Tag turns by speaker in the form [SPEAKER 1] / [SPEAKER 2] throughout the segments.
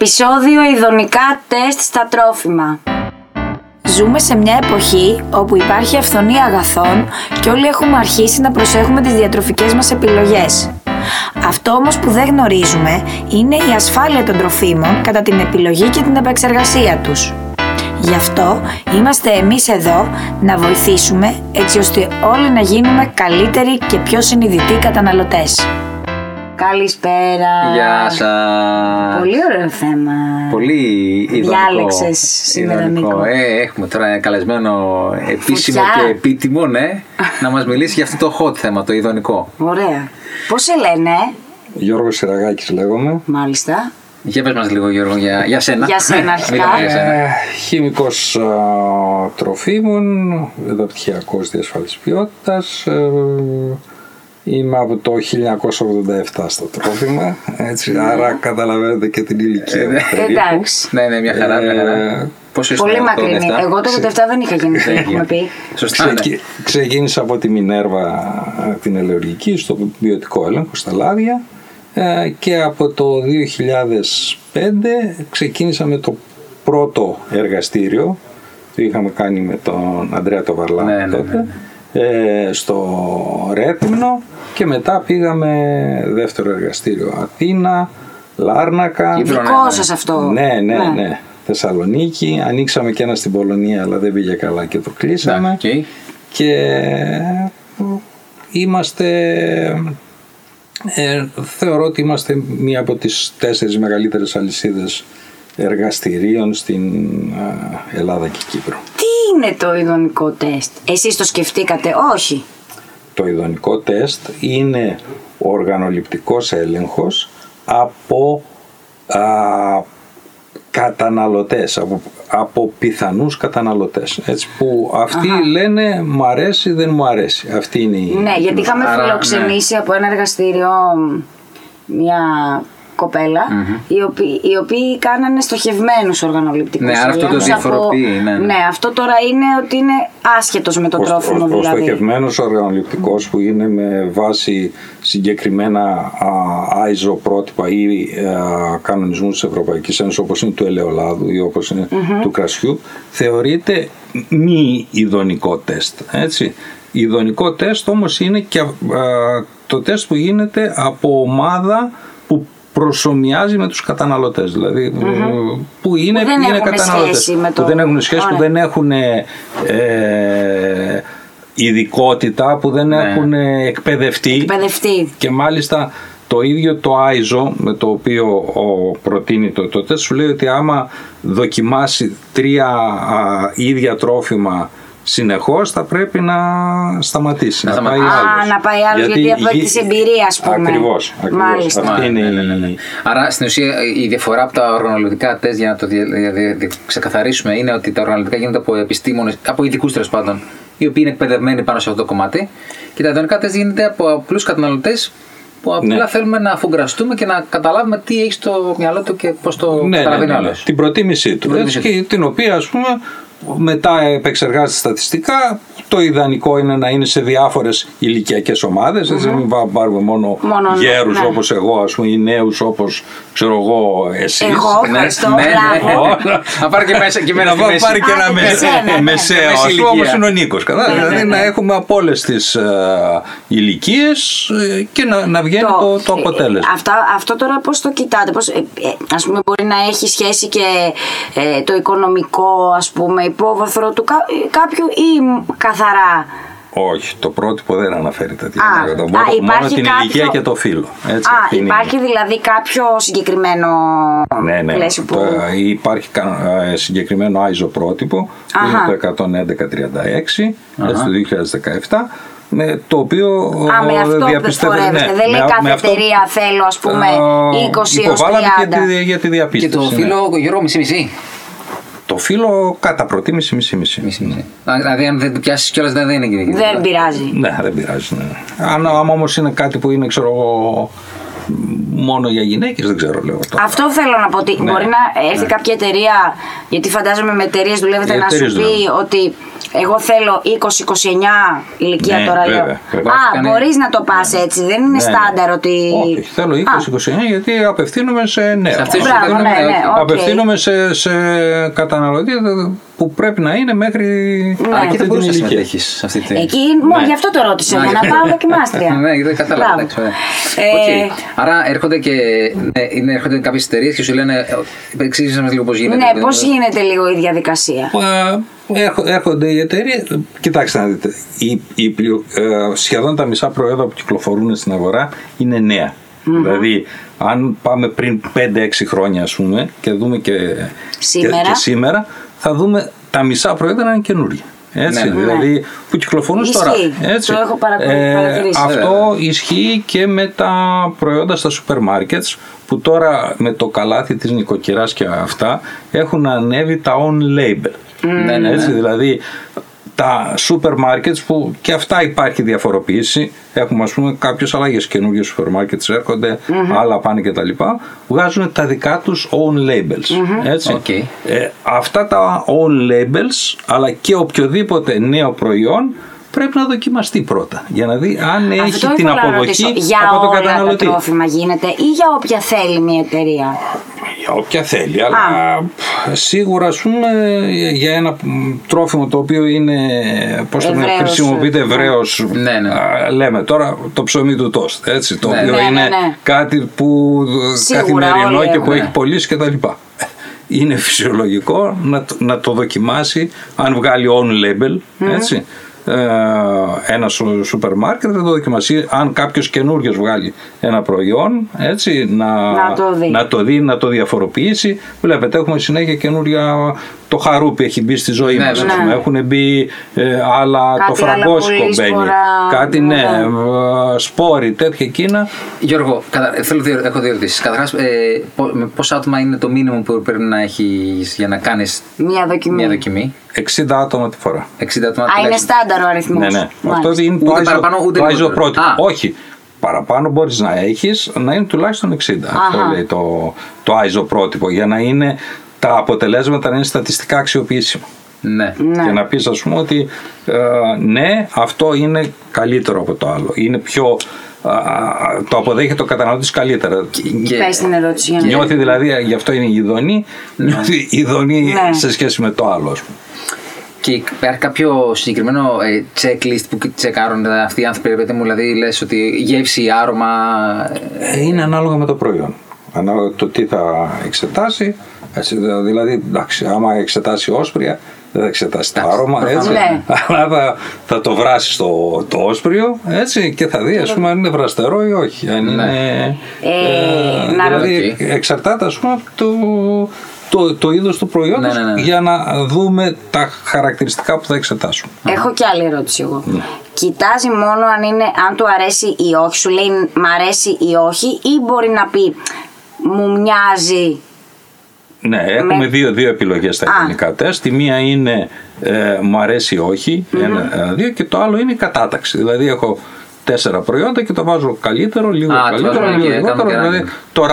[SPEAKER 1] Επισόδιο Ιδονικά τεστ στα τρόφιμα.
[SPEAKER 2] Ζούμε σε μια εποχή όπου υπάρχει αυθονία αγαθών και όλοι έχουμε αρχίσει να προσέχουμε τις διατροφικές μας επιλογές. Αυτό όμως που δεν γνωρίζουμε είναι η ασφάλεια των τροφίμων κατά την επιλογή και την επεξεργασία τους. Γι' αυτό είμαστε εμείς εδώ να βοηθήσουμε έτσι ώστε όλοι να γίνουμε καλύτεροι και πιο συνειδητοί καταναλωτές.
[SPEAKER 1] Καλησπέρα.
[SPEAKER 3] Γεια σας.
[SPEAKER 1] Πολύ ωραίο θέμα.
[SPEAKER 3] Πολύ ιδανικό.
[SPEAKER 1] Διάλεξες σήμερα,
[SPEAKER 3] Ιδανικό.
[SPEAKER 1] Νίκο.
[SPEAKER 3] Ε, έχουμε τώρα ένα καλεσμένο επίσημο
[SPEAKER 1] Φωτιά.
[SPEAKER 3] και επίτιμο, ναι, να μας μιλήσει για αυτό το hot θέμα, το ειδονικό.
[SPEAKER 1] Ωραία. Πώς σε λένε, ε?
[SPEAKER 4] Γιώργος Σιραγάκης λέγομαι.
[SPEAKER 1] μάλιστα.
[SPEAKER 3] Για πες μας λίγο, Γιώργο, για, για σένα.
[SPEAKER 1] Για σένα αρχικά.
[SPEAKER 3] Μιλάμε για σένα.
[SPEAKER 4] Ε, χημικός α, τροφίμων, δοτυχιακός διασφάλισης ποιότητας. Ε, είμαι από το 1987 στο τρόφιμα, έτσι, άρα καταλαβαίνετε και την ηλικία μου περίπου.
[SPEAKER 1] Εντάξει.
[SPEAKER 3] Ναι, ναι, μια χαρά, μια χαρά.
[SPEAKER 4] Ε,
[SPEAKER 3] Πόσο ήσουν
[SPEAKER 1] Πολύ
[SPEAKER 3] το
[SPEAKER 1] μακρινή.
[SPEAKER 3] 87?
[SPEAKER 1] Εγώ το 87 δεν είχα γεννηθεί,
[SPEAKER 3] Δεν
[SPEAKER 1] έχουμε
[SPEAKER 3] είχε.
[SPEAKER 1] πει.
[SPEAKER 3] Σωστά. ναι.
[SPEAKER 4] Ξεκι- Ξεκίνησα από τη Μινέρβα α, την ελεοργική στο ποιοτικό έλεγχο στα Λάδια ε, και από το 2005 ξεκίνησα με το πρώτο εργαστήριο το είχαμε κάνει με τον Ανδρέα Τοβαρλά
[SPEAKER 3] Ναι, ναι, ναι,
[SPEAKER 4] τότε ε, στο Ρέτμνο και μετά πήγαμε δεύτερο εργαστήριο Αθήνα, Λάρνακα
[SPEAKER 3] Κύπρο, ναι,
[SPEAKER 1] Δικό
[SPEAKER 3] ναι.
[SPEAKER 1] σας αυτό.
[SPEAKER 4] ναι, ναι, ναι. Θεσσαλονίκη. Ανοίξαμε και ένα στην Πολωνία, αλλά δεν πήγε καλά και το κλείσαμε.
[SPEAKER 3] Εντάξει, οκ.
[SPEAKER 4] Και είμαστε. ε, θεωρώ ότι είμαστε μία από τις τέσσερις μεγαλύτερες αλυσίδες εργαστηρίων στην ε, Ελλάδα και Κύπρο.
[SPEAKER 1] Τι είναι το ειδονικό τεστ. Εσείς το σκεφτήκατε, όχι.
[SPEAKER 4] Το ειδονικό τεστ είναι ο οργανοληπτικός έλεγχος από α, καταναλωτές, από, από πιθανούς καταναλωτές. Έτσι, που αυτοί λένε μ' αρέσει, δεν μου αρέσει. Αυτή είναι η...
[SPEAKER 1] Ναι, γιατί είχαμε
[SPEAKER 3] Άρα, ναι.
[SPEAKER 1] φιλοξενήσει από ένα εργαστήριο μ, μια κοπέλα, οι, οποίοι, οι οποίοι κάνανε στοχευμένους οργανοληπτικούς
[SPEAKER 3] Ναι, άρα αυτό το
[SPEAKER 1] ελέγχους από-
[SPEAKER 3] διαφοροποιεί, ναι, ναι.
[SPEAKER 1] αυτό τώρα είναι ότι είναι άσχετος με το
[SPEAKER 4] Ο,
[SPEAKER 1] τρόφιμο
[SPEAKER 4] ο, ο
[SPEAKER 1] δηλαδή.
[SPEAKER 4] στοχευμένος οργανοληπτικός που είναι με βάση συγκεκριμένα α, ISO πρότυπα ή α, κανονισμούς της Ευρωπαϊκής Ένωσης όπως είναι του ελαιολάδου ή όπως είναι του κρασιού θεωρείται μη ειδονικό τεστ. Έτσι. Ειδονικό τεστ όμως είναι και α, το τεστ που γίνεται από ομάδα που προσωμιάζει με τους καταναλωτές δηλαδή ε, που είναι,
[SPEAKER 1] Που δεν
[SPEAKER 4] είναι
[SPEAKER 1] έχουν
[SPEAKER 4] καταναλωτές
[SPEAKER 1] σχέση με το-
[SPEAKER 4] που δεν έχουν σχέση που
[SPEAKER 1] Ωραία.
[SPEAKER 4] δεν έχουν ε, ε, ειδικότητα, που δεν έχουν ε, εκπαιδευτεί.
[SPEAKER 1] Εκπαιδευτεί.
[SPEAKER 4] Και μάλιστα το ίδιο το ISO με το οποίο ο, προτείνει το τότε σου λέει ότι άμα δοκιμάσει τρία α, ίδια τρόφιμα συνεχώς θα πρέπει να σταματήσει,
[SPEAKER 3] Να
[SPEAKER 4] να,
[SPEAKER 3] σταματήσει.
[SPEAKER 4] πάει
[SPEAKER 1] Α,
[SPEAKER 4] άλλος.
[SPEAKER 1] να πάει άλλος, γιατί απαιτεί
[SPEAKER 4] γι-
[SPEAKER 1] εμπειρίας, ας πούμε.
[SPEAKER 4] Ακριβώς, ακριβώς.
[SPEAKER 1] Μάλιστα.
[SPEAKER 4] Αυτή είναι η-
[SPEAKER 3] Άρα στην ουσία η διαφορά από τα οργανωλητικά τεστ για να το δια- δια- δια- ξεκαθαρίσουμε είναι ότι τα οργανωλητικά γίνονται από επιστήμονες, από ειδικούς τέλος πάντων, οι οποίοι είναι εκπαιδευμένοι πάνω σε αυτό το κομμάτι. Και τα ιδανικά τεστ γίνονται από απλούς καταναλωτές που απλά
[SPEAKER 4] Ναι.
[SPEAKER 3] θέλουμε να αφουγκραστούμε και να καταλάβουμε τι έχει στο μυαλό του και πώς
[SPEAKER 4] Ναι,
[SPEAKER 3] το καταλαβαίνει άλλος.
[SPEAKER 4] Την προτίμησή του.
[SPEAKER 3] προτίμησή
[SPEAKER 4] έτσι, και την οποία, ας πούμε, μετά επεξεργάζεται στατιστικά. Το ιδανικό είναι να είναι σε διάφορες ηλικιακές ομάδες. Έτσι, μην πά- πάρουμε μόνο,
[SPEAKER 1] Μόνο, ναι,
[SPEAKER 4] γέρους
[SPEAKER 1] ναι.
[SPEAKER 4] όπως εγώ, ας πούμε, ή νέους όπως ξέρω εγώ, εσείς.
[SPEAKER 1] Εγώ, ευχαριστώ, μπράβο.
[SPEAKER 3] Ναι, Να πάρει και μέσα και μένα
[SPEAKER 4] να
[SPEAKER 3] στη μέση.
[SPEAKER 4] πάρει και
[SPEAKER 1] Α,
[SPEAKER 4] ένα
[SPEAKER 1] και
[SPEAKER 4] μεσαίο,
[SPEAKER 1] εσένα, ναι.
[SPEAKER 4] μεσαίο
[SPEAKER 3] Μέση
[SPEAKER 4] ας πούμε, όπως
[SPEAKER 3] ηλικία.
[SPEAKER 4] είναι ο Νίκος. κατάλαβες.
[SPEAKER 1] Ναι, ναι,
[SPEAKER 4] δηλαδή
[SPEAKER 1] ναι.
[SPEAKER 4] να έχουμε από όλες τις ε, ηλικίες ε, και να, να βγαίνει το, το αποτέλεσμα.
[SPEAKER 1] ε, αυτά- αυτό τώρα πώς το κοιτάτε, πώς, ε, ε, ας πούμε μπορεί να έχει σχέση και ε, το οικονομικό ας πούμε υπόβαθρο του κα- ε, κάποιου ή μ, καθαρά.
[SPEAKER 4] Όχι, το πρότυπο δεν αναφέρει τέτοια
[SPEAKER 1] Α,
[SPEAKER 4] πράγματα.
[SPEAKER 1] α,
[SPEAKER 4] Μόνο, μόνο
[SPEAKER 1] υπάρχει
[SPEAKER 4] την
[SPEAKER 1] κάποιο-
[SPEAKER 4] ηλικία και το φύλλο. Έτσι,
[SPEAKER 1] Α,
[SPEAKER 4] αυτή είναι η-
[SPEAKER 1] υπάρχει δηλαδή κάποιο συγκεκριμένο
[SPEAKER 4] ναι, ναι.
[SPEAKER 1] πλαίσιο που...
[SPEAKER 4] Το- υπάρχει κα- ε, συγκεκριμένο ISO πρότυπο, που
[SPEAKER 1] Αχα.
[SPEAKER 4] είναι το 1136, έτσι, το 2017, με το οποίο
[SPEAKER 1] Α, με
[SPEAKER 4] ε,
[SPEAKER 1] αυτό
[SPEAKER 4] διαπιστεύεται.
[SPEAKER 1] δεν
[SPEAKER 4] ναι,
[SPEAKER 1] δεν λέει
[SPEAKER 4] με-
[SPEAKER 1] κάθε
[SPEAKER 4] με αυτό-
[SPEAKER 1] εταιρεία θέλω ας πούμε
[SPEAKER 4] Ε,
[SPEAKER 1] 20 έως 30.
[SPEAKER 4] υποβάλαμε για τη, για τη
[SPEAKER 3] Και
[SPEAKER 4] διαπίστωση.
[SPEAKER 3] το
[SPEAKER 4] ναι.
[SPEAKER 3] φίλο Γιώργο μισή-μισή.
[SPEAKER 4] Το φύλλο κατά προτίμηση μισή-μισή.
[SPEAKER 3] Μισή-μισή. Α, Δηλαδή, αν δεν το πιάσεις κιόλας, δεν δεν είναι και
[SPEAKER 1] Δεν πειράζει.
[SPEAKER 4] Ναι, δεν πειράζει. Ναι. Αν άμα όμως είναι κάτι που είναι, ξέρω εγώ, μόνο για γυναίκες δεν ξέρω λέω τώρα.
[SPEAKER 1] Αυτό θέλω να πω ότι
[SPEAKER 4] Ναι.
[SPEAKER 1] μπορεί να έρθει
[SPEAKER 4] Ναι.
[SPEAKER 1] κάποια εταιρεία, γιατί φαντάζομαι με εταιρείες δουλεύετε
[SPEAKER 4] Οι
[SPEAKER 1] να σου
[SPEAKER 4] εταιρείες
[SPEAKER 1] πει
[SPEAKER 4] δουλεύουν.
[SPEAKER 1] ότι εγώ θέλω 20-29 ηλικία
[SPEAKER 4] Ναι,
[SPEAKER 1] τώρα. λέω.
[SPEAKER 4] βέβαια, βέβαια.
[SPEAKER 1] Α,
[SPEAKER 3] Κάνει-
[SPEAKER 1] μπορείς να το πας έτσι, δεν είναι
[SPEAKER 4] Ναι, ναι.
[SPEAKER 1] στάνταρ ότι.
[SPEAKER 4] Όχι, θέλω 20-29 γιατί απευθύνομαι σε νέα.
[SPEAKER 3] Σε αυτές τις
[SPEAKER 1] Μπράβο, ναι,
[SPEAKER 3] εταιρείες,
[SPEAKER 1] ναι,
[SPEAKER 3] όχι.
[SPEAKER 1] οκ.
[SPEAKER 4] Απευθύνομαι σε, σε καταναλωτή ε, που πρέπει να είναι μέχρι
[SPEAKER 3] Αλλά
[SPEAKER 4] αυτή
[SPEAKER 3] εκεί δεν
[SPEAKER 4] την
[SPEAKER 3] μπορούσε να
[SPEAKER 4] ηλικία.
[SPEAKER 3] συμμετέχει σε αυτή την.
[SPEAKER 1] Εκεί, μόνο
[SPEAKER 4] Ναι.
[SPEAKER 1] γι' αυτό το ρώτησα, για να πάω δοκιμάστρια.
[SPEAKER 3] ναι, δεν κατάλαβα.
[SPEAKER 1] Μπράβο.
[SPEAKER 3] εντάξει, ωραία.
[SPEAKER 1] Ε,
[SPEAKER 3] Οκ. Άρα έρχονται και. Ναι, είναι- έρχονται κάποιες εταιρείες και σου λένε. Εξήγησες μας λίγο πώς γίνεται.
[SPEAKER 1] Ναι, πώ
[SPEAKER 4] δηλαδή,
[SPEAKER 1] γίνεται λίγο η διαδικασία.
[SPEAKER 4] Ε, έρχο- Έρχονται οι εταιρείες. Κοιτάξτε να δείτε. Η, η πλειο- ε, σχεδόν τα μισά προϊόντα που κυκλοφορούν στην αγορά είναι νέα. Δηλαδή, αν πάμε πριν 5-6 χρόνια, ας πούμε, και δούμε και και-
[SPEAKER 1] Σήμερα.
[SPEAKER 4] και σήμερα θα δούμε τα μισά προϊόντα να είναι καινούργια. Έτσι,
[SPEAKER 3] Ναι, ναι.
[SPEAKER 4] δηλαδή που κυκλοφορούν
[SPEAKER 1] Ισχύει.
[SPEAKER 4] τώρα. Έτσι. Ε,
[SPEAKER 1] Το έχω παρακολου- παρατηρήσει.
[SPEAKER 4] αυτό ισχύει και με τα προϊόντα στα σούπερ μάρκετς που τώρα με το καλάθι της νοικοκυράς και αυτά έχουν ανέβει τα on label.
[SPEAKER 3] Ναι, ναι,
[SPEAKER 4] Έτσι, δηλαδή τα σούπερ μάρκετς που και αυτά υπάρχει διαφοροποίηση έχουμε ας πούμε κάποιες αλλαγές καινούργια σούπερ μάρκετς έρχονται, άλλα πάνε και τα λοιπά βγάζουν τα δικά τους own labels έτσι.
[SPEAKER 3] Οκ.
[SPEAKER 4] Ε, αυτά τα own labels αλλά και οποιοδήποτε νέο προϊόν πρέπει να δοκιμαστεί πρώτα για να δει αν έχει
[SPEAKER 1] Αυτό
[SPEAKER 4] την
[SPEAKER 1] ήθελα να ρωτήσω.
[SPEAKER 4] αποδοχή
[SPEAKER 1] Για
[SPEAKER 4] από τον
[SPEAKER 1] όλα
[SPEAKER 4] καταναλωτή.
[SPEAKER 1] τα τρόφιμα γίνεται ή για όποια θέλει μια εταιρεία.
[SPEAKER 4] Για όποια θέλει, αλλά
[SPEAKER 1] Α.
[SPEAKER 4] πφ, σίγουρα ας πούμε για ένα μ, τρόφιμο το οποίο είναι πώς το λένε,
[SPEAKER 1] Ευρέως,
[SPEAKER 4] χρησιμοποιείται
[SPEAKER 1] ε,
[SPEAKER 4] ευρέω.
[SPEAKER 3] Ναι, ναι.
[SPEAKER 4] Λέμε τώρα το ψωμί του τόστ. Έτσι, το
[SPEAKER 3] Ναι.
[SPEAKER 4] οποίο
[SPEAKER 1] Ναι, ναι,
[SPEAKER 4] είναι
[SPEAKER 1] ναι.
[SPEAKER 4] κάτι που ε,
[SPEAKER 1] Σίγουρα
[SPEAKER 4] καθημερινό
[SPEAKER 1] όλοι
[SPEAKER 4] και που
[SPEAKER 1] έχουμε.
[SPEAKER 4] έχει πωλήσει κτλ. Είναι φυσιολογικό να, το- να το δοκιμάσει αν βγάλει on label. Έτσι. Ε, ένα σου- σούπερ μάρκετ να το δοκιμάσει. Αν κάποιος καινούριο βγάλει ένα προϊόν, έτσι, να,
[SPEAKER 1] Να το δει.
[SPEAKER 4] να το δει, να το διαφοροποιήσει. Βλέπετε, έχουμε συνέχεια καινούρια. Το χαρούπι έχει μπει στη ζωή
[SPEAKER 3] Ναι,
[SPEAKER 4] μας,
[SPEAKER 3] ναι.
[SPEAKER 4] ας πούμε. Έχουν μπει ε, άλλα,
[SPEAKER 1] Κάτι
[SPEAKER 4] το φραγκόσικο
[SPEAKER 1] άλλα
[SPEAKER 4] μπαίνει.
[SPEAKER 1] πολύσπορα,
[SPEAKER 4] Κάτι, ναι,
[SPEAKER 1] ναι.
[SPEAKER 4] ε, σπόροι, τέτοια εκείνα.
[SPEAKER 3] Γιώργο, κατα... θέλω δύο, έχω δύο ερωτήσεις. Καταρχάς, ε, πο- με πόσα άτομα είναι το μήνυμο που πρέπει να έχεις για να κάνεις
[SPEAKER 1] Μια δοκιμή.
[SPEAKER 3] μια δοκιμή.
[SPEAKER 4] 60 άτομα τη φορά.
[SPEAKER 3] 60 άτομα
[SPEAKER 1] Α, είναι στάνταρ ο αριθμός.
[SPEAKER 4] Ναι, ναι. Αυτό είναι το
[SPEAKER 3] Ούτε
[SPEAKER 4] ISO-
[SPEAKER 3] παραπάνω, ούτε
[SPEAKER 4] το ISO
[SPEAKER 3] λιγότερο.
[SPEAKER 4] πρότυπο.
[SPEAKER 3] Α.
[SPEAKER 4] Όχι. Παραπάνω μπορείς να έχεις να είναι τουλάχιστον 60.
[SPEAKER 1] Αχα.
[SPEAKER 4] Αυτό λέει το, το ISO πρότυπο. Για να είναι τα αποτελέσματα να είναι στατιστικά αξιοποιήσιμα.
[SPEAKER 3] Ναι.
[SPEAKER 4] Και να πεις ας πούμε ότι ε, ναι αυτό είναι καλύτερο από το άλλο. Είναι πιο α, α, το αποδέχεται ο καταναλωτής καλύτερα.
[SPEAKER 3] Και-
[SPEAKER 1] Πες την ερώτηση για να
[SPEAKER 4] Νιώθει δηλαδή, ε, γι' αυτό είναι ειδονή, νιώθει ειδονή
[SPEAKER 1] Ναι.
[SPEAKER 4] σε σχέση με το άλλο. Ας πούμε.
[SPEAKER 3] Και υπάρχει κάποιο συγκεκριμένο ε, checklist που τσεκάρουν αυτοί οι άνθρωποι, ρε παιδί μου, δηλαδή λες ότι γεύση, άρωμα. ε,
[SPEAKER 4] Ε, Είναι ανάλογα με το προϊόν. Ανάλογα το τι θα εξετάσει. Έτσι, δη- δηλαδή, εντάξει, άμα εξετάσει όσπρια, δεν θα εξετάσει το
[SPEAKER 3] Εντάξει,
[SPEAKER 4] άρωμα, έτσι.
[SPEAKER 1] Ναι.
[SPEAKER 4] Αλλά θα, θα το βράσει το, το όσπριο, έτσι, και θα δει, ας πούμε, αν είναι βραστερό ή όχι. Αν είναι,
[SPEAKER 1] Ε, να
[SPEAKER 3] Ναι.
[SPEAKER 4] δηλαδή,
[SPEAKER 3] ρωτήσω.
[SPEAKER 4] εξαρτάται, ας πούμε, από το, το, το είδος του προϊόντος
[SPEAKER 3] Ναι, ναι, ναι.
[SPEAKER 4] για να δούμε τα χαρακτηριστικά που θα εξετάσουμε.
[SPEAKER 1] Έχω και άλλη ερώτηση εγώ. Κοιτάζει μόνο αν, είναι, αν του αρέσει ή όχι, σου λέει μ' αρέσει ή όχι, ή μπορεί να πει μου μοιάζει.
[SPEAKER 4] Ναι, έχουμε δύο, δύο επιλογές στα ελληνικά τεστ. Η μία είναι ε, μου αρέσει ή όχι, ένα, ε, δύο, και το άλλο είναι η κατάταξη. Δηλαδή έχω τέσσερα προϊόντα και το βάζω καλύτερο, λίγο
[SPEAKER 3] Α, το
[SPEAKER 4] καλύτερο,
[SPEAKER 3] βάζουμε
[SPEAKER 4] λίγο
[SPEAKER 3] εκεί,
[SPEAKER 4] λιγότερο.
[SPEAKER 3] κάνουμε και
[SPEAKER 4] Δηλαδή
[SPEAKER 3] ranking.
[SPEAKER 4] το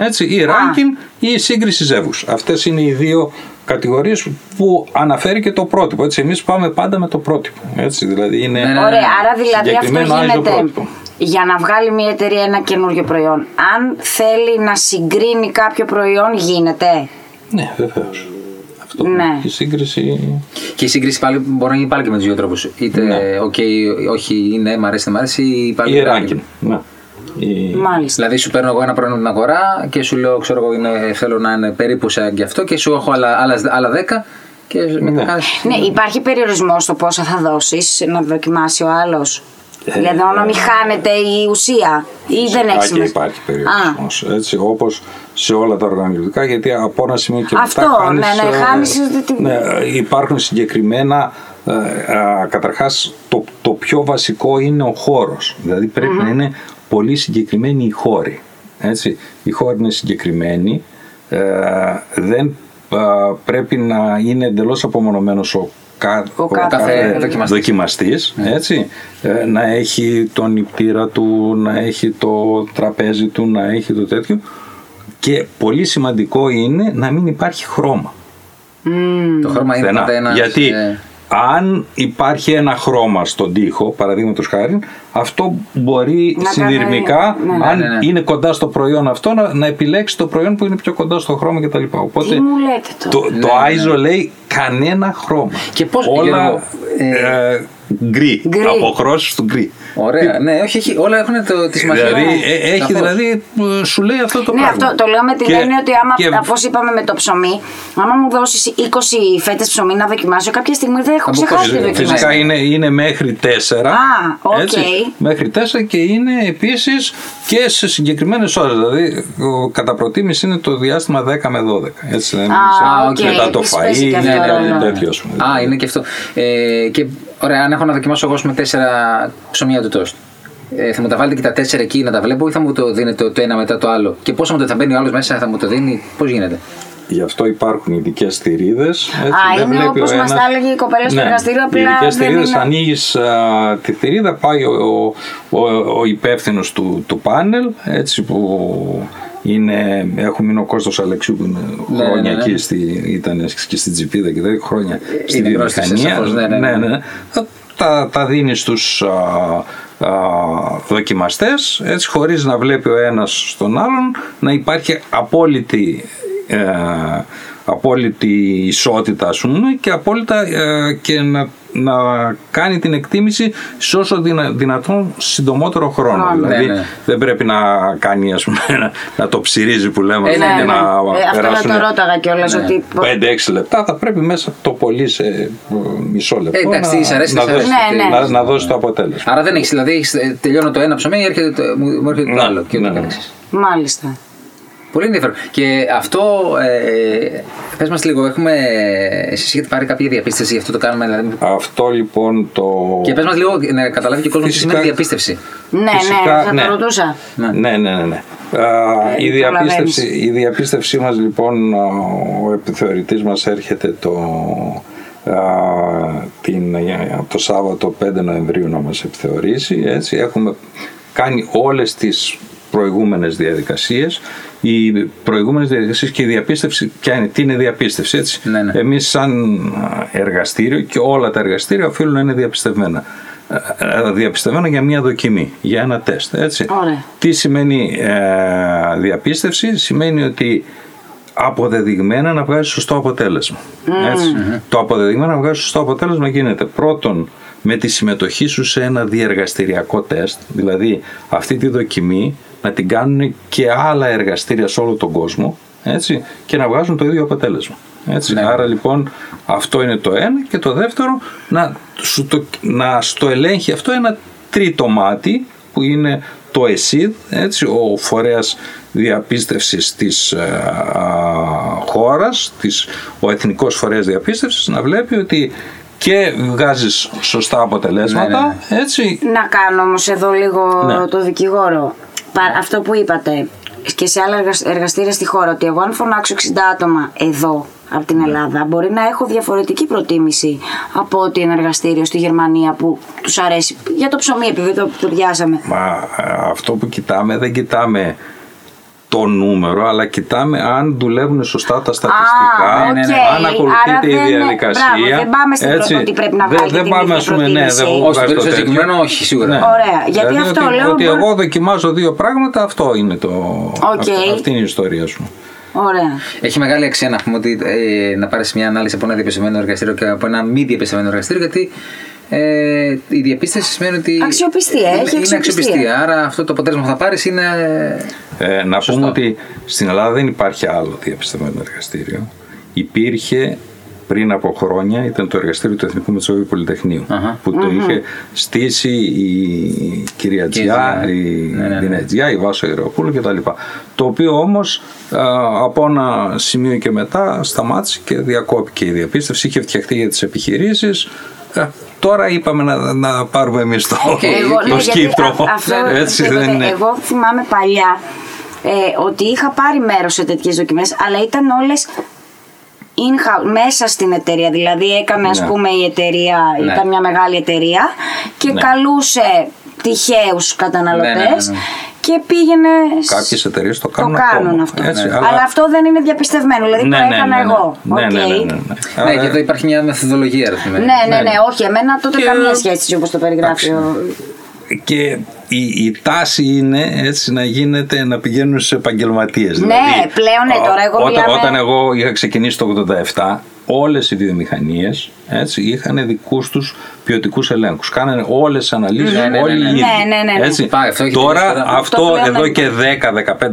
[SPEAKER 4] ranking, έτσι, ή ranking ή η σύγκριση ζεύγους. Αυτές είναι οι δύο κατηγορίες που αναφέρει και το πρότυπο. Έτσι, εμείς πάμε πάντα με το πρότυπο. Έτσι, δηλαδή είναι...
[SPEAKER 3] Ναι, ναι. Ε,
[SPEAKER 1] Ωραία, άρα δηλαδή αυτό
[SPEAKER 4] συγκεκριμένο ISO
[SPEAKER 1] γίνεται
[SPEAKER 4] πρότυπο.
[SPEAKER 1] για να βγάλει μια εταιρεία ένα καινούργιο προϊόν. Αν θέλει να συγκρίνει κάποιο προϊόν, γίνεται.
[SPEAKER 4] Ναι, βεβαίως. Αυτό
[SPEAKER 1] Ναι.
[SPEAKER 4] η σύγκριση
[SPEAKER 3] Και η σύγκριση πάλι μπορεί να γίνει πάλι και με τους δύο τρόπους. Είτε
[SPEAKER 4] Ναι.
[SPEAKER 3] οκ, όχι, ναι, μ' αρέσει, δεν μ' αρέσει, ή πάλι.
[SPEAKER 4] ή
[SPEAKER 3] ranking.
[SPEAKER 4] ranking. Ναι. Η-
[SPEAKER 1] Μάλιστα.
[SPEAKER 3] Δηλαδή σου παίρνω εγώ ένα προϊόν από την αγορά και σου λέω, ξέρω εγώ, είναι, θέλω να είναι περίπου σαν και αυτό και σου έχω άλλα, άλλα, άλλα 10 και μετά
[SPEAKER 4] Ναι.
[SPEAKER 3] κάνεις-
[SPEAKER 1] Ναι, υπάρχει περιορισμός στο πόσα θα δώσεις να δοκιμάσει ο άλλος. Δηλαδή να μην χάνεται η ουσία ή δεν
[SPEAKER 4] Ε,
[SPEAKER 1] έχει
[SPEAKER 4] Φυσικά και
[SPEAKER 1] σημασία.
[SPEAKER 4] υπάρχει
[SPEAKER 1] Α,
[SPEAKER 4] περιορισμός, έτσι, όπως σε όλα τα οργανωτικά, γιατί από ένα σημείο και
[SPEAKER 1] Αυτό,
[SPEAKER 4] μετά
[SPEAKER 1] ναι,
[SPEAKER 4] χάνεις...
[SPEAKER 1] ναι,
[SPEAKER 4] ε,
[SPEAKER 1] χάνεις ότι τη-
[SPEAKER 4] ναι, ε, υπάρχουν συγκεκριμένα, ε, ε, καταρχάς, το, το πιο βασικό είναι ο χώρος. Δηλαδή πρέπει να είναι πολύ συγκεκριμένοι οι χώροι. Έτσι. Οι χώροι είναι συγκεκριμένοι, ε, δεν ε, πρέπει να είναι εντελώς απομονωμένος ο κα,
[SPEAKER 1] Ο κάθε Ναι.
[SPEAKER 3] δοκιμαστής.
[SPEAKER 4] δοκιμαστής, έτσι, ε, να έχει τον νηπτήρα του, να έχει το τραπέζι του, να έχει το τέτοιο και πολύ σημαντικό είναι να μην υπάρχει χρώμα.
[SPEAKER 3] Το χρώμα είναι
[SPEAKER 4] Στενά.
[SPEAKER 3] πάντα ένας. ε,
[SPEAKER 4] Γιατί αν υπάρχει ένα χρώμα στον τοίχο, παραδείγματος χάρη, αυτό μπορεί
[SPEAKER 1] Να
[SPEAKER 4] συνειδημικά,
[SPEAKER 1] κάνει-
[SPEAKER 4] αν
[SPEAKER 3] Ναι, ναι, ναι.
[SPEAKER 4] είναι κοντά στο προϊόν αυτό, να, να επιλέξει το προϊόν που είναι πιο κοντά στο χρώμα κτλ. Οπότε
[SPEAKER 1] Τι μου λέτε τώρα.
[SPEAKER 4] το, το ISO λέει κανένα χρώμα.
[SPEAKER 3] Ναι, Και πώς, Γιώργο,
[SPEAKER 4] όλα ε, γκρι,
[SPEAKER 1] Γκρι.
[SPEAKER 4] αποχρώσεις του γκρι.
[SPEAKER 3] Ωραία, ναι, όχι, έχει, όλα έχουν το, τη σημασία.
[SPEAKER 4] Δηλαδή,
[SPEAKER 3] τους.
[SPEAKER 4] ε, έχει
[SPEAKER 3] Σαφώς.
[SPEAKER 4] δηλαδή, ε, σου λέει αυτό το
[SPEAKER 1] Ναι,
[SPEAKER 4] πράγμα.
[SPEAKER 1] αυτό το λέω με την
[SPEAKER 4] Και-
[SPEAKER 1] έννοια ότι άμα,
[SPEAKER 4] και-
[SPEAKER 1] αφού είπαμε με το ψωμί, άμα μου δώσεις 20 φέτες ψωμί να δοκιμάσω, κάποια στιγμή δεν έχω
[SPEAKER 3] Θα μου
[SPEAKER 1] ξεχάσει
[SPEAKER 3] κόψεις,
[SPEAKER 1] τη
[SPEAKER 3] ε,
[SPEAKER 1] δοκιμασία.
[SPEAKER 4] Φυσικά είναι, είναι μέχρι 4. Α,
[SPEAKER 1] οκ.
[SPEAKER 4] Μέχρι 4 και είναι επίσης και σε συγκεκριμένες ώρες. Δηλαδή, ο, κατά προτίμηση είναι το διάστημα 10 με 12. Έτσι, δεν
[SPEAKER 1] Α,
[SPEAKER 3] οκ.
[SPEAKER 4] Μετά το
[SPEAKER 1] Επίσης παίζει
[SPEAKER 4] φαΐ,
[SPEAKER 1] και
[SPEAKER 4] ναι,
[SPEAKER 1] αυτό,
[SPEAKER 4] ναι,
[SPEAKER 1] ναι,
[SPEAKER 4] ναι,
[SPEAKER 1] ναι.
[SPEAKER 4] τέτοιο ας πούμε.
[SPEAKER 3] Α, είναι και αυτό. Ε, και ωραία, αν έχω να δοκιμάσω εγώ ας πούμε, τέσσερα ψωμιά του τόστ. Ε, θα μου τα βάλετε και τα τέσσερα εκεί να τα βλέπω ή θα μου το δίνετε το ένα μετά το άλλο. Και πόσο μου το θα μπαίνει ο άλλος μέσα, θα μου το δίνει, πώς γίνεται.
[SPEAKER 4] Γι' αυτό υπάρχουν ειδικές θηρίδε.
[SPEAKER 1] είναι όπως μας τα έλεγε η κοπέλα
[SPEAKER 4] Ναι,
[SPEAKER 1] στο εργαστήριο, απλά
[SPEAKER 4] Οι ειδικές
[SPEAKER 1] δεν
[SPEAKER 4] θηρίδε,
[SPEAKER 1] είναι-
[SPEAKER 4] ανοίγεις τη θηρίδα, πάει ο, ο, ο, υπεύθυνος του, του πάνελ, έτσι που είναι, έχουμε είναι ο Κώστος Αλεξιού που είναι
[SPEAKER 3] Ναι,
[SPEAKER 4] χρόνια
[SPEAKER 3] ναι, ναι.
[SPEAKER 4] εκεί, στη, ήταν και στην Τζιπίδα και τέτοια χρόνια στη
[SPEAKER 3] γνώστης,
[SPEAKER 4] βιομηχανία.
[SPEAKER 3] σαφώς, ναι, ναι, ναι.
[SPEAKER 4] Τα- Ε, Τα, τα δίνεις στους α, α, δοκιμαστές έτσι χωρίς να βλέπει ο ένας τον άλλον να υπάρχει απόλυτη ε, απόλυτη ισότητα ας πούμε και απόλυτα ε, και να, να κάνει την εκτίμηση σε όσο δυνα- δυνατόν συντομότερο χρόνο.
[SPEAKER 1] Χρόνο.
[SPEAKER 4] δηλαδή
[SPEAKER 3] Ναι, ναι.
[SPEAKER 4] δεν πρέπει να κάνει ας πούμε, να, να το ψυρίζει που λέμε
[SPEAKER 3] Ε,
[SPEAKER 4] και
[SPEAKER 3] ναι, ναι.
[SPEAKER 4] να
[SPEAKER 1] Ε, αυτό να
[SPEAKER 4] περάσουν
[SPEAKER 1] το ρώταγα κιόλας.
[SPEAKER 3] Ναι.
[SPEAKER 1] Ότι...
[SPEAKER 4] 5-6 λεπτά θα πρέπει μέσα το πολύ σε ε, μισό λεπτό
[SPEAKER 3] Ε, εντάξει,
[SPEAKER 4] να,
[SPEAKER 3] σ' αρέσει,
[SPEAKER 4] να,
[SPEAKER 3] σ' αρέσει.
[SPEAKER 4] δώσει,
[SPEAKER 1] Ναι, ναι.
[SPEAKER 4] να, να δώσει το αποτέλεσμα.
[SPEAKER 3] Άρα δεν έχεις, δηλαδή έχεις, ε, τελειώνω το ένα ψωμί, έρχεται το, μου μου έρχεται το
[SPEAKER 4] Ναι,
[SPEAKER 3] άλλο. Και ούτω
[SPEAKER 4] ναι, ναι.
[SPEAKER 3] καθεξής.
[SPEAKER 1] Μάλιστα.
[SPEAKER 3] Πολύ ενδιαφέρον. Και αυτό, ε, πες μας λίγο, έχουμε, εσείς έχετε πάρει κάποια διαπίστευση, γι' αυτό το κάνουμε. Δηλαδή.
[SPEAKER 4] Αυτό λοιπόν το...
[SPEAKER 3] Και πες μας λίγο, να καταλάβει και ο κόσμος τι
[SPEAKER 4] Φυσικά.
[SPEAKER 3] σημαίνει διαπίστευση.
[SPEAKER 1] Ναι,
[SPEAKER 4] Φυσικά,
[SPEAKER 1] ναι, θα το ρωτούσα. Ε,
[SPEAKER 4] Ναι, ναι, ναι. ναι. Α, η,
[SPEAKER 1] το
[SPEAKER 4] διαπίστευση, η διαπίστευσή μας λοιπόν, α, ο επιθεωρητής μας έρχεται το, α, την, α, το Σάββατο 5 Νοεμβρίου να μας επιθεωρήσει. Έτσι. Έχουμε κάνει όλες τις προηγούμενες διαδικασίες. Οι προηγούμενες διαδικασίες και η διαπίστευση, ποια είναι, τι είναι διαπίστευση, έτσι.
[SPEAKER 3] Ναι, ναι.
[SPEAKER 4] Εμείς σαν α, εργαστήριο και όλα τα εργαστήρια οφείλουν να είναι διαπιστευμένα. Ε, ε, Διαπιστευμένα για μια δοκιμή, για ένα τεστ, έτσι.
[SPEAKER 1] Ωραία.
[SPEAKER 4] Τι σημαίνει ε, διαπίστευση, σημαίνει ότι αποδεδειγμένα να βγάζει σωστό αποτέλεσμα. Έτσι. Το αποδεδειγμένα να βγάζει σωστό αποτέλεσμα γίνεται πρώτον με τη συμμετοχή σου σε ένα διεργαστηριακό τεστ, δηλαδή αυτή τη δοκιμή να την κάνουν και άλλα εργαστήρια σε όλο τον κόσμο έτσι, και να βγάζουν το ίδιο αποτέλεσμα. Έτσι. Άρα λοιπόν αυτό είναι το ένα και το δεύτερο να, σου το, να στο ελέγχει αυτό ένα τρίτο μάτι που είναι το ΕΣΥΔ, έτσι, ο φορέας διαπίστευσης της ε, α, χώρας, της, ο Εθνικός Φορέας Διαπίστευσης, να βλέπει ότι και βγάζεις σωστά αποτελέσματα,
[SPEAKER 1] Ναι,
[SPEAKER 4] έτσι,
[SPEAKER 1] Να κάνω όμως εδώ λίγο
[SPEAKER 4] Ναι.
[SPEAKER 1] το δικηγόρο. Πα- Αυτό που είπατε και σε άλλα εργασ- εργαστήρια στη χώρα, ότι εγώ αν φωνάξω 60 άτομα εδώ από την Ελλάδα, μπορεί να έχω διαφορετική προτίμηση από ότι ένα εργαστήριο στη Γερμανία που τους αρέσει. Για το ψωμί, επειδή το, το πιάσαμε.
[SPEAKER 4] Μα ε, αυτό που κοιτάμε δεν κοιτάμε το νούμερο, αλλά κοιτάμε αν δουλεύουν σωστά τα στατιστικά,
[SPEAKER 1] Α, οκ.
[SPEAKER 4] αν
[SPEAKER 1] Άρα
[SPEAKER 4] ακολουθείται
[SPEAKER 1] δεν-
[SPEAKER 4] η διαδικασία.
[SPEAKER 1] μπράβο, δεν πάμε στην
[SPEAKER 4] έτσι.
[SPEAKER 1] πρώτη ότι πρέπει να
[SPEAKER 4] Δεν-
[SPEAKER 1] βγάλει
[SPEAKER 4] δεν
[SPEAKER 1] την
[SPEAKER 4] πάμε,
[SPEAKER 1] ίδια
[SPEAKER 4] ας πούμε, ναι,
[SPEAKER 1] προτίμηση.
[SPEAKER 4] δεν
[SPEAKER 1] Όχι,
[SPEAKER 4] βγάζει
[SPEAKER 3] στο
[SPEAKER 4] το
[SPEAKER 3] περίπτωση
[SPEAKER 4] τέτοιο.
[SPEAKER 3] συγκεκριμένο, όχι, σίγουρα.
[SPEAKER 1] Ωραία, γιατί
[SPEAKER 4] Δηλαδή
[SPEAKER 1] αυτό
[SPEAKER 4] ότι,
[SPEAKER 1] λέω,
[SPEAKER 4] Ότι
[SPEAKER 1] μπορεί-
[SPEAKER 4] εγώ δοκιμάζω δύο πράγματα, αυτό είναι το.
[SPEAKER 1] Οκ.
[SPEAKER 4] αυ- αυτή είναι η ιστορία σου.
[SPEAKER 1] Ωραία.
[SPEAKER 3] Έχει μεγάλη αξία να πούμε ότι ε, να πάρεις μια ανάλυση από ένα διαπιστευμένο εργαστήριο και από ένα μη διαπιστευμένο εργαστήριο, γιατί ε, η διαπίστευση σημαίνει ότι.
[SPEAKER 1] Αξιοπιστία, έχει
[SPEAKER 3] είναι-
[SPEAKER 1] αξιοπιστία.
[SPEAKER 3] Είναι αξιοπιστία. Άρα αυτό το αποτέλεσμα που θα πάρεις είναι.
[SPEAKER 4] Ε, να
[SPEAKER 3] Σωστό.
[SPEAKER 4] πούμε ότι στην Ελλάδα δεν υπάρχει άλλο διαπιστευμένο εργαστήριο. Υπήρχε πριν από χρόνια, ήταν το εργαστήριο του Εθνικού Μετσόβιου Πολυτεχνείου,
[SPEAKER 3] Αχα.
[SPEAKER 4] που το είχε στήσει η κυρία Τζιά,
[SPEAKER 3] Τζιά,
[SPEAKER 4] η
[SPEAKER 3] ναι, ναι, ναι.
[SPEAKER 4] Δινέ Τζιά, η Βάσο Ιεροπούλου κτλ. Το οποίο όμως α, από ένα σημείο και μετά σταμάτησε και διακόπηκε η διαπίστευση, είχε φτιαχτεί για τις επιχειρήσεις. Ε, Τώρα είπαμε να, να πάρουμε εμείς το,
[SPEAKER 1] Εγώ,
[SPEAKER 4] το
[SPEAKER 1] ναι, γιατί
[SPEAKER 4] σκύπτρο.
[SPEAKER 1] α- αυτό,
[SPEAKER 4] Έτσι
[SPEAKER 1] ξέρετε,
[SPEAKER 4] δεν είναι.
[SPEAKER 1] Εγώ θυμάμαι παλιά ε, ότι είχα πάρει μέρος σε τέτοιες δοκιμές, αλλά ήταν όλες in-house, μέσα στην εταιρεία. Δηλαδή έκανε ας
[SPEAKER 4] Ναι.
[SPEAKER 1] πούμε η εταιρεία,
[SPEAKER 3] Ναι.
[SPEAKER 1] ήταν μια μεγάλη εταιρεία και
[SPEAKER 3] Ναι.
[SPEAKER 1] καλούσε τυχαίους καταναλωτές
[SPEAKER 3] Ναι, ναι, ναι, ναι.
[SPEAKER 1] και πήγαινε... σ-
[SPEAKER 4] Κάποιες εταιρείες το
[SPEAKER 1] Το
[SPEAKER 4] κάνουν
[SPEAKER 1] κάνουν
[SPEAKER 4] ακόμα,
[SPEAKER 1] αυτό. Ναι.
[SPEAKER 4] έτσι,
[SPEAKER 1] αλλά...
[SPEAKER 4] αλλά-
[SPEAKER 1] αυτό δεν είναι διαπιστευμένο. Δηλαδή
[SPEAKER 4] Ναι,
[SPEAKER 1] το
[SPEAKER 4] ναι,
[SPEAKER 1] έκανα
[SPEAKER 4] ναι, ναι.
[SPEAKER 1] εγώ.
[SPEAKER 4] Ναι, ναι,
[SPEAKER 1] Οκ.
[SPEAKER 4] ναι, ναι, ναι.
[SPEAKER 3] Ναι,
[SPEAKER 4] Άρα-
[SPEAKER 3] και εδώ υπάρχει μια μεθοδολογία. ρε φίλε.
[SPEAKER 1] Ναι, ναι, ναι, όχι, εμένα τότε καμία σχέση όπως το περιγράφει.
[SPEAKER 4] ναι.
[SPEAKER 1] ο-
[SPEAKER 4] και η, η τάση είναι έτσι να γίνεται να πηγαίνουν στους επαγγελματίες. Ναι,
[SPEAKER 1] πλέον, ναι, τώρα εγώ
[SPEAKER 4] όταν,
[SPEAKER 1] μιλάμε-
[SPEAKER 4] όταν εγώ είχα ξεκινήσει το 87, όλες οι βιομηχανίες έτσι, είχαν δικούς τους ποιοτικούς ελέγχους. Κάνανε όλες τις αναλύσεις,
[SPEAKER 3] Ναι, ναι, ναι,
[SPEAKER 4] όλοι οι
[SPEAKER 3] ναι.
[SPEAKER 4] ίδιοι.
[SPEAKER 1] Ναι, ναι, ναι, ναι.
[SPEAKER 4] Έτσι.
[SPEAKER 3] Πάει, αυτό έχει τελειώσει
[SPEAKER 4] τώρα
[SPEAKER 3] τώρα.
[SPEAKER 1] Αυτό
[SPEAKER 4] αυτό
[SPEAKER 1] πλέον
[SPEAKER 4] εδώ
[SPEAKER 1] δεν
[SPEAKER 4] και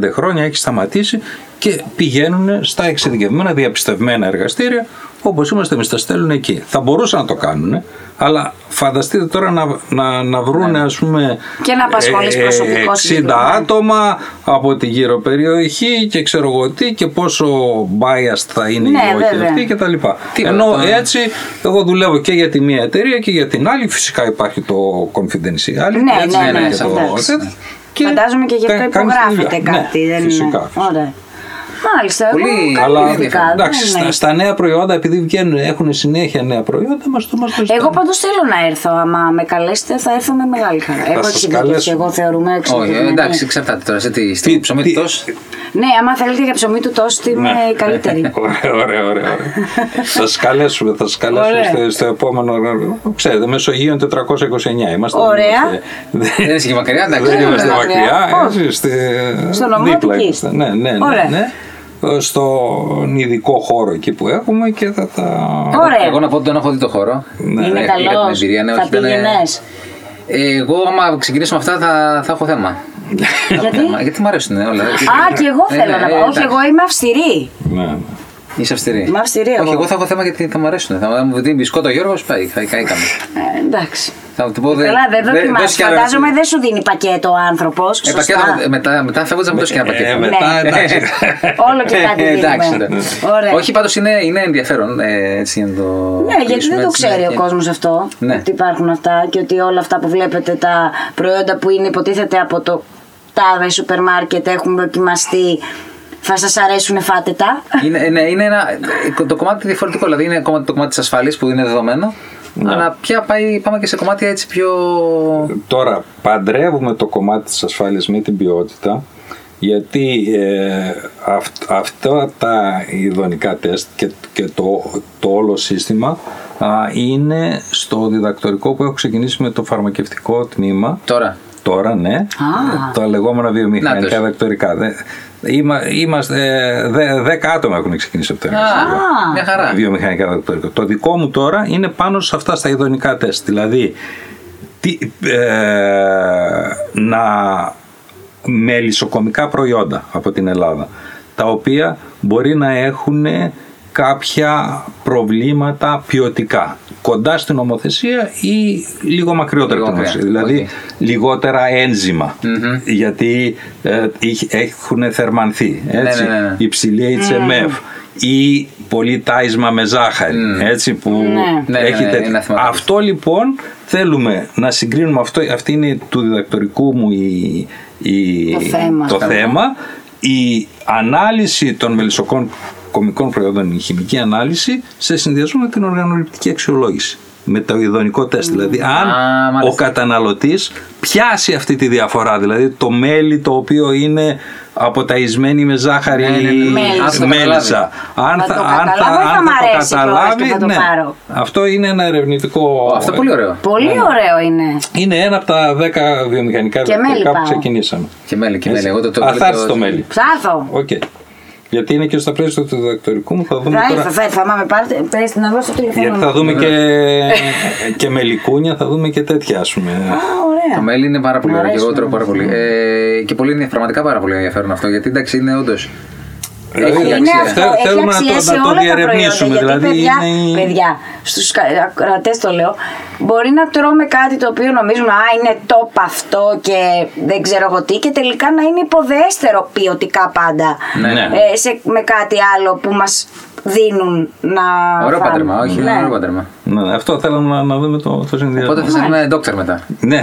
[SPEAKER 4] 10-15 χρόνια έχει σταματήσει και πηγαίνουν στα εξειδικευμένα, διαπιστευμένα εργαστήρια όπως είμαστε εμείς, τα στέλνουν εκεί. Θα μπορούσαν να το κάνουν, αλλά φανταστείτε τώρα να, να, να βρουν, ας πούμε,
[SPEAKER 1] Ναι. Και να απασχολείς
[SPEAKER 4] ε, ε,
[SPEAKER 1] προσωπικό
[SPEAKER 4] 60
[SPEAKER 1] συγκεκριμένα.
[SPEAKER 4] άτομα από τη γύρω περιοχή και ξέρω εγώ τι και πόσο biased θα είναι
[SPEAKER 1] Ναι,
[SPEAKER 4] οι όχι
[SPEAKER 1] βέβαια.
[SPEAKER 4] αυτοί και τα λοιπά.
[SPEAKER 3] Τι
[SPEAKER 4] Ενώ
[SPEAKER 3] ωραία, τώρα.
[SPEAKER 4] έτσι εγώ δουλεύω και για τη μία εταιρεία και για την άλλη. Φυσικά υπάρχει το confidentiality.
[SPEAKER 1] Ναι,
[SPEAKER 4] έτσι,
[SPEAKER 1] ναι,
[SPEAKER 4] είναι
[SPEAKER 1] ναι,
[SPEAKER 4] και το
[SPEAKER 1] εντάξει.
[SPEAKER 4] τέτοιο.
[SPEAKER 1] Φαντάζομαι και γι'
[SPEAKER 4] τε-
[SPEAKER 1] αυτό
[SPEAKER 4] κάνεις τη δουλειά.
[SPEAKER 1] υπογράφεται
[SPEAKER 4] Ναι,
[SPEAKER 1] κάτι. δεν
[SPEAKER 4] φυσικά.
[SPEAKER 1] είναι.
[SPEAKER 4] φυσικά. Ναι,
[SPEAKER 1] Ωραία. Μάλιστα,
[SPEAKER 3] Πολύ
[SPEAKER 1] εγώ
[SPEAKER 3] καλά,
[SPEAKER 1] καλά ειδικά.
[SPEAKER 4] εντάξει,
[SPEAKER 1] δεν είναι.
[SPEAKER 4] στα, στα νέα προϊόντα, επειδή βγαίνουν, έχουν συνέχεια νέα προϊόντα, μας το μας το
[SPEAKER 1] Εγώ
[SPEAKER 4] ζητάνε.
[SPEAKER 1] πάντως θέλω να έρθω. Άμα με καλέσετε, θα έρθω με μεγάλη χαρά. Έχω
[SPEAKER 4] σας
[SPEAKER 1] εξειδικευθεί.
[SPEAKER 4] καλέσουμε.
[SPEAKER 1] Εγώ θεωρούμε
[SPEAKER 3] Όχι, ε,
[SPEAKER 1] εξειδικευμένη.
[SPEAKER 3] εντάξει, εξαρτάται τώρα σε τι. Στο
[SPEAKER 4] Τι-
[SPEAKER 3] ψωμί
[SPEAKER 4] τι-
[SPEAKER 3] του τόσο.
[SPEAKER 1] Ναι, άμα θέλετε για ψωμί του τόστι, είμαι η καλύτερη.
[SPEAKER 4] Ναι. Ωραία, ωραία, ωραία. θα σας καλέσουμε, θα σας καλέσουμε
[SPEAKER 1] Ωραία.
[SPEAKER 4] στο, στο επόμενο. Ξέρετε, Μεσογείων 429 είμαστε.
[SPEAKER 1] Ωραία.
[SPEAKER 4] Δεν είμαστε-
[SPEAKER 3] Δεν είσαι και μακριά, εντάξει. Ε,
[SPEAKER 4] Δεν
[SPEAKER 1] είναι
[SPEAKER 4] είμαστε
[SPEAKER 1] μακριά.
[SPEAKER 4] μακριά.
[SPEAKER 1] Όχι.
[SPEAKER 4] έτσι, στη-
[SPEAKER 1] Στο νομό
[SPEAKER 4] δίπλα
[SPEAKER 1] Αττικής.
[SPEAKER 4] είμαστε. Ναι, ναι, ναι.
[SPEAKER 1] Ωραία.
[SPEAKER 4] ναι. Ε, Στον ειδικό χώρο εκεί που έχουμε και θα τα.
[SPEAKER 1] Ωραία.
[SPEAKER 3] Εγώ να πω ότι τον έχω δει το χώρο. Ε,
[SPEAKER 4] Ναι,
[SPEAKER 1] Είναι
[SPEAKER 4] ναι,
[SPEAKER 1] καλό. Θα πήγαινες.
[SPEAKER 3] Εγώ, άμα ξεκινήσουμε αυτά, θα, θα έχω θέμα. Ε,
[SPEAKER 1] Γιατί?
[SPEAKER 3] Μα, Γιατί μου αρέσουν όλα. Ε,
[SPEAKER 1] Α, και
[SPEAKER 3] Ναι,
[SPEAKER 1] εγώ θέλω να πάω. Όχι, εγώ είμαι αυστηρή.
[SPEAKER 4] Ναι, ναι.
[SPEAKER 3] Είσαι αυστηρή.
[SPEAKER 1] Είμαι αυστηρή εγώ.
[SPEAKER 3] Όχι, εγώ θα έχω θέμα γιατί θα μου αρέσουν. Θα μου δίνεις μπισκότο ο Γιώργο, πάει. Θα καήκαμε.
[SPEAKER 1] Ε, εντάξει.
[SPEAKER 3] Θα του πω. δεν-
[SPEAKER 1] Καλά, δεν
[SPEAKER 3] δεν-
[SPEAKER 1] δοκιμάζει.
[SPEAKER 3] δώσεις κι άλλο-
[SPEAKER 1] Φαντάζομαι δεν σου δίνει πακέτο ο άνθρωπος.
[SPEAKER 3] Ε, πακέτο, μετά, μετά φεύγοντα με το σκένα
[SPEAKER 4] Ε,
[SPEAKER 3] πακέτο.
[SPEAKER 4] μετά,
[SPEAKER 1] Ναι.
[SPEAKER 4] εντάξει.
[SPEAKER 1] Όλο και κάτι
[SPEAKER 3] Ε, εντάξει.
[SPEAKER 1] δίνουμε.
[SPEAKER 3] ναι.
[SPEAKER 1] Ωραία.
[SPEAKER 3] Όχι, πάντως είναι, είναι ενδιαφέρον. ε, έτσι, να το
[SPEAKER 1] Ναι, γιατί
[SPEAKER 3] κλείσουμε,
[SPEAKER 1] δεν το
[SPEAKER 3] έτσι,
[SPEAKER 1] ξέρει
[SPEAKER 3] ναι.
[SPEAKER 1] ο κόσμος αυτό.
[SPEAKER 3] Ναι.
[SPEAKER 1] Ότι υπάρχουν αυτά και ότι όλα αυτά που βλέπετε, τα προϊόντα που είναι υποτίθεται από το τάδε σούπερ μάρκετ έχουν δοκιμαστεί. Θα σας αρέσουν, φάτε τα.
[SPEAKER 3] Είναι, ε, ναι, είναι ένα, ε, το κομμάτι διαφορετικό. Δηλαδή είναι ακόμα το κομμάτι της ασφάλειας που είναι δεδομένο.
[SPEAKER 4] Ναι.
[SPEAKER 3] Αλλά πια πάει, πάμε και σε κομμάτια έτσι πιο.
[SPEAKER 4] Τώρα, παντρεύουμε το κομμάτι της ασφάλειας με την ποιότητα, γιατί ε, αυ- αυτά τα ειδονικά τεστ και, και το, το όλο σύστημα α, είναι στο διδακτορικό που έχω ξεκινήσει με το φαρμακευτικό τμήμα.
[SPEAKER 3] Τώρα.
[SPEAKER 4] Τώρα, ναι. Τα λεγόμενα
[SPEAKER 3] Να τους.
[SPEAKER 4] βιομηχανικά δακτορικά. Δε- είμα- Είμαστε, ε, δε- δέκα άτομα έχουν ξεκινήσει από το εργαστήριο.
[SPEAKER 3] μια χαρά.
[SPEAKER 4] Βιομηχανικά δακτορικά. Το δικό μου τώρα είναι πάνω σε αυτά στα ειδονικά τεστ. Δηλαδή, τι, ε, να μελισσοκομικά προϊόντα από την Ελλάδα, τα οποία μπορεί να έχουν κάποια προβλήματα ποιοτικά, κοντά στην ομοθεσία ή λίγο μακριότερα
[SPEAKER 3] Λίγο
[SPEAKER 4] από
[SPEAKER 3] μακριά,
[SPEAKER 4] την ομοθεσία. Δηλαδή,
[SPEAKER 3] οκ.
[SPEAKER 4] λιγότερα ένζημα, γιατί ε, έχουν θερμανθεί. Έτσι.
[SPEAKER 3] ναι, ναι, ναι.
[SPEAKER 4] Υψηλή HMF ή πολύ τάισμα με ζάχαρη. Έτσι, που
[SPEAKER 3] Ναι, ναι,
[SPEAKER 4] έχει
[SPEAKER 3] ναι,
[SPEAKER 4] τέτοιο.
[SPEAKER 3] είναι αθηματικό.
[SPEAKER 4] αυτό λοιπόν θέλουμε να συγκρίνουμε αυτό, αυτή είναι του διδακτορικού μου η, η-
[SPEAKER 1] Το θέμα.
[SPEAKER 4] το
[SPEAKER 1] Καλά.
[SPEAKER 4] θέμα. η ανάλυση των μελισσοκών κομικών προϊόντων, η χημική ανάλυση, σε συνδυασμό με την οργανοληπτική αξιολόγηση. Με το ειδονικό τεστ. Δηλαδή, αν
[SPEAKER 3] Α, μάλιστα.
[SPEAKER 4] ο καταναλωτής πιάσει αυτή τη διαφορά, δηλαδή το μέλι το οποίο είναι αποταϊσμένη με ζάχαρη
[SPEAKER 3] Ναι, ναι, ναι.
[SPEAKER 1] Μέλισσα.
[SPEAKER 4] μέλισσα. Αν
[SPEAKER 1] Θα το
[SPEAKER 4] αν
[SPEAKER 1] καταλάβω ή θα
[SPEAKER 4] αν
[SPEAKER 1] μ'
[SPEAKER 4] το
[SPEAKER 1] αρέσει κιόλας
[SPEAKER 4] καταλάβει,
[SPEAKER 1] και θα το
[SPEAKER 4] ναι.
[SPEAKER 1] πάρω.
[SPEAKER 4] Αυτό είναι ένα ερευνητικό.
[SPEAKER 3] Αυτό πολύ ωραίο.
[SPEAKER 4] Ναι,
[SPEAKER 1] Πολύ ωραίο είναι.
[SPEAKER 4] Είναι ένα από τα 10 βιομηχανικά
[SPEAKER 1] Και μέλι
[SPEAKER 4] διδακτορικά
[SPEAKER 1] πάω.
[SPEAKER 4] που ξεκινήσαμε.
[SPEAKER 3] Και μέλη, και μέλη.
[SPEAKER 4] Έτσι.
[SPEAKER 3] Εγώ το, το,
[SPEAKER 4] Α, θα έρθει το μέλι.
[SPEAKER 1] Ψάθω.
[SPEAKER 4] Οκ. Γιατί είναι και στα πλαίσια του διδακτορικού μου. Θα δούμε
[SPEAKER 1] Θα
[SPEAKER 4] τώρα.
[SPEAKER 1] έρθω, θα έρθω. Άμα με πάρετε, πέστε να δώσω το τηλεφωνό.
[SPEAKER 4] Γιατί
[SPEAKER 1] μου.
[SPEAKER 4] θα δούμε
[SPEAKER 3] Ναι.
[SPEAKER 4] και, και μελικούνια, θα δούμε και τέτοια, ας πούμε.
[SPEAKER 1] Α, ωραία.
[SPEAKER 3] Το μέλι είναι πάρα πολύ
[SPEAKER 1] Μ'
[SPEAKER 3] ωραίο και
[SPEAKER 1] αρέσουν
[SPEAKER 3] εγώ τρώω πάρα Ναι. πολύ. Ε, και πολύ είναι πραγματικά πάρα πολύ ενδιαφέρον αυτό γιατί εντάξει είναι όντως.
[SPEAKER 4] Ε,
[SPEAKER 3] Έχει
[SPEAKER 4] ναι,
[SPEAKER 1] Είναι
[SPEAKER 3] αξία.
[SPEAKER 1] Ε, ναι, αυτό,
[SPEAKER 4] Θέλ-
[SPEAKER 1] έχει
[SPEAKER 4] θέλουμε να το-
[SPEAKER 1] αξία
[SPEAKER 4] να
[SPEAKER 1] σε
[SPEAKER 4] το
[SPEAKER 1] όλα τα προϊόντα.
[SPEAKER 4] διερευνήσουμε,
[SPEAKER 1] Γιατί
[SPEAKER 4] δηλαδή
[SPEAKER 1] παιδιά,
[SPEAKER 4] είναι η-
[SPEAKER 1] παιδιά στους κρατέ το λέω, μπορεί να τρώμε κάτι το οποίο νομίζουν Α, είναι top αυτό και δεν ξέρω εγώ τι, και τελικά να είναι υποδέστερο ποιοτικά πάντα.
[SPEAKER 4] Ναι.
[SPEAKER 1] Ε, σε, με κάτι άλλο που μας δίνουν να.
[SPEAKER 3] Ωραίο
[SPEAKER 1] φάνε.
[SPEAKER 3] πάντρεμα, όχι,
[SPEAKER 1] Ναι.
[SPEAKER 3] ωραίο πάντρεμα.
[SPEAKER 4] Ναι, αυτό θέλαμε να, να δούμε το, το συνδυασμό.
[SPEAKER 3] Οπότε θα σαν ντόκτορ μετά.
[SPEAKER 4] Ναι.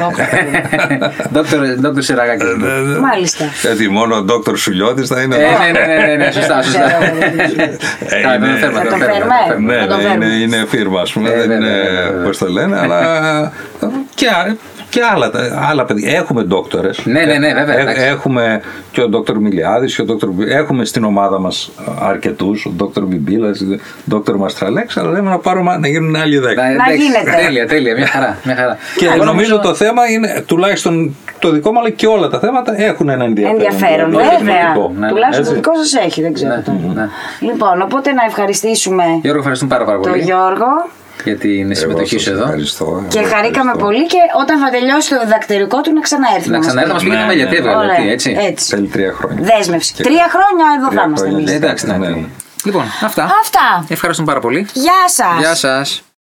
[SPEAKER 3] Ντόκτορ ντόκτορ Σιραγάκη.
[SPEAKER 4] Ε,
[SPEAKER 1] Μάλιστα.
[SPEAKER 4] Γιατί μόνο ο Δόκτωρ Σουλιώτης θα είναι.
[SPEAKER 3] Ε, Ναι, ναι, ναι, ναι, ναι, σωστά, σωστά.
[SPEAKER 1] Ξέρω εγώ, δεν
[SPEAKER 4] Ε,
[SPEAKER 3] Καλά,
[SPEAKER 4] είναι-
[SPEAKER 3] το φέρουμε,
[SPEAKER 1] Θα
[SPEAKER 3] το
[SPEAKER 1] τον
[SPEAKER 3] φέρουμε, το
[SPEAKER 1] φέρουμε.
[SPEAKER 3] φέρουμε.
[SPEAKER 1] Να
[SPEAKER 4] Ναι,
[SPEAKER 1] το
[SPEAKER 4] ναι, είναι,
[SPEAKER 1] φέρουμε.
[SPEAKER 4] είναι φίρμα, α πούμε.
[SPEAKER 3] Ε,
[SPEAKER 4] δεν
[SPEAKER 3] βέβαια, βέβαια,
[SPEAKER 4] είναι
[SPEAKER 3] βέβαια.
[SPEAKER 4] πώ το λένε, αλλά. και, άρα- και άλλα, τα- άλλα παιδιά. Έχουμε ντόκτορε.
[SPEAKER 3] Ναι, ναι, ναι, βέβαια, εντάξει.
[SPEAKER 4] έχουμε και ο ντόκτορ Μιλιάδη και ο ντόκτορ. Μπι- Έχουμε στην ομάδα μα αρκετού. Ο ντόκτορ Μπιμπίλα, ο ντόκτορ Μαστραλέξ, αλλά λέμε να, πάρουμε, να γίνουν άλλοι δέκα.
[SPEAKER 3] Να- εντάξει,
[SPEAKER 1] γίνεται.
[SPEAKER 3] Τέλεια, τέλεια, μια χαρά. Μια χαρά.
[SPEAKER 4] Ναι.
[SPEAKER 3] Ε,
[SPEAKER 4] Και
[SPEAKER 3] Εγώ
[SPEAKER 4] νομίζω το θέμα είναι τουλάχιστον το δικό μου, αλλά και όλα τα θέματα έχουν ένα ενδιαφέρον.
[SPEAKER 1] Ενδιαφέρον,
[SPEAKER 4] Όχι
[SPEAKER 1] βέβαια.
[SPEAKER 4] σημαντικό, ναι,
[SPEAKER 1] Τουλάχιστον το
[SPEAKER 4] έτσι.
[SPEAKER 1] δικό σα έχει, δεν ξέρω.
[SPEAKER 3] Ναι,
[SPEAKER 1] το.
[SPEAKER 3] ναι.
[SPEAKER 1] Λοιπόν, οπότε να ευχαριστήσουμε
[SPEAKER 3] Γιώργο, ευχαριστούμε πάρα, πάρα
[SPEAKER 1] τον
[SPEAKER 3] πολύ
[SPEAKER 1] Γιώργο
[SPEAKER 3] για την
[SPEAKER 4] Εγώ
[SPEAKER 3] συμμετοχή
[SPEAKER 4] σας
[SPEAKER 3] σου εδώ.
[SPEAKER 4] ευχαριστώ, εγώ
[SPEAKER 1] και χαρήκαμε
[SPEAKER 4] ευχαριστώ.
[SPEAKER 1] πολύ και όταν θα τελειώσει το διδακτορικό του να ξαναέρθει.
[SPEAKER 3] Να
[SPEAKER 1] μας
[SPEAKER 3] ξαναέρθει να μα
[SPEAKER 1] πει.
[SPEAKER 3] πει
[SPEAKER 4] Ναι,
[SPEAKER 3] τα μέλια,
[SPEAKER 4] ναι.
[SPEAKER 3] τι έβγαλε,
[SPEAKER 1] Ωραία,
[SPEAKER 3] τι, έτσι.
[SPEAKER 1] έτσι.
[SPEAKER 4] Θέλει τρία χρόνια.
[SPEAKER 1] Δέσμευση.
[SPEAKER 4] Και-
[SPEAKER 1] Τρία χρόνια εδώ
[SPEAKER 4] Τρία
[SPEAKER 1] θα είμαστε
[SPEAKER 4] χρόνια,
[SPEAKER 1] εμεί.
[SPEAKER 3] Ε, Εντάξει, να
[SPEAKER 4] Ναι.
[SPEAKER 3] Ναι, Λοιπόν, αυτά.
[SPEAKER 2] Αυτά.
[SPEAKER 3] Ευχαριστούμε πάρα πολύ.
[SPEAKER 2] Γεια σας.
[SPEAKER 3] Γεια σας.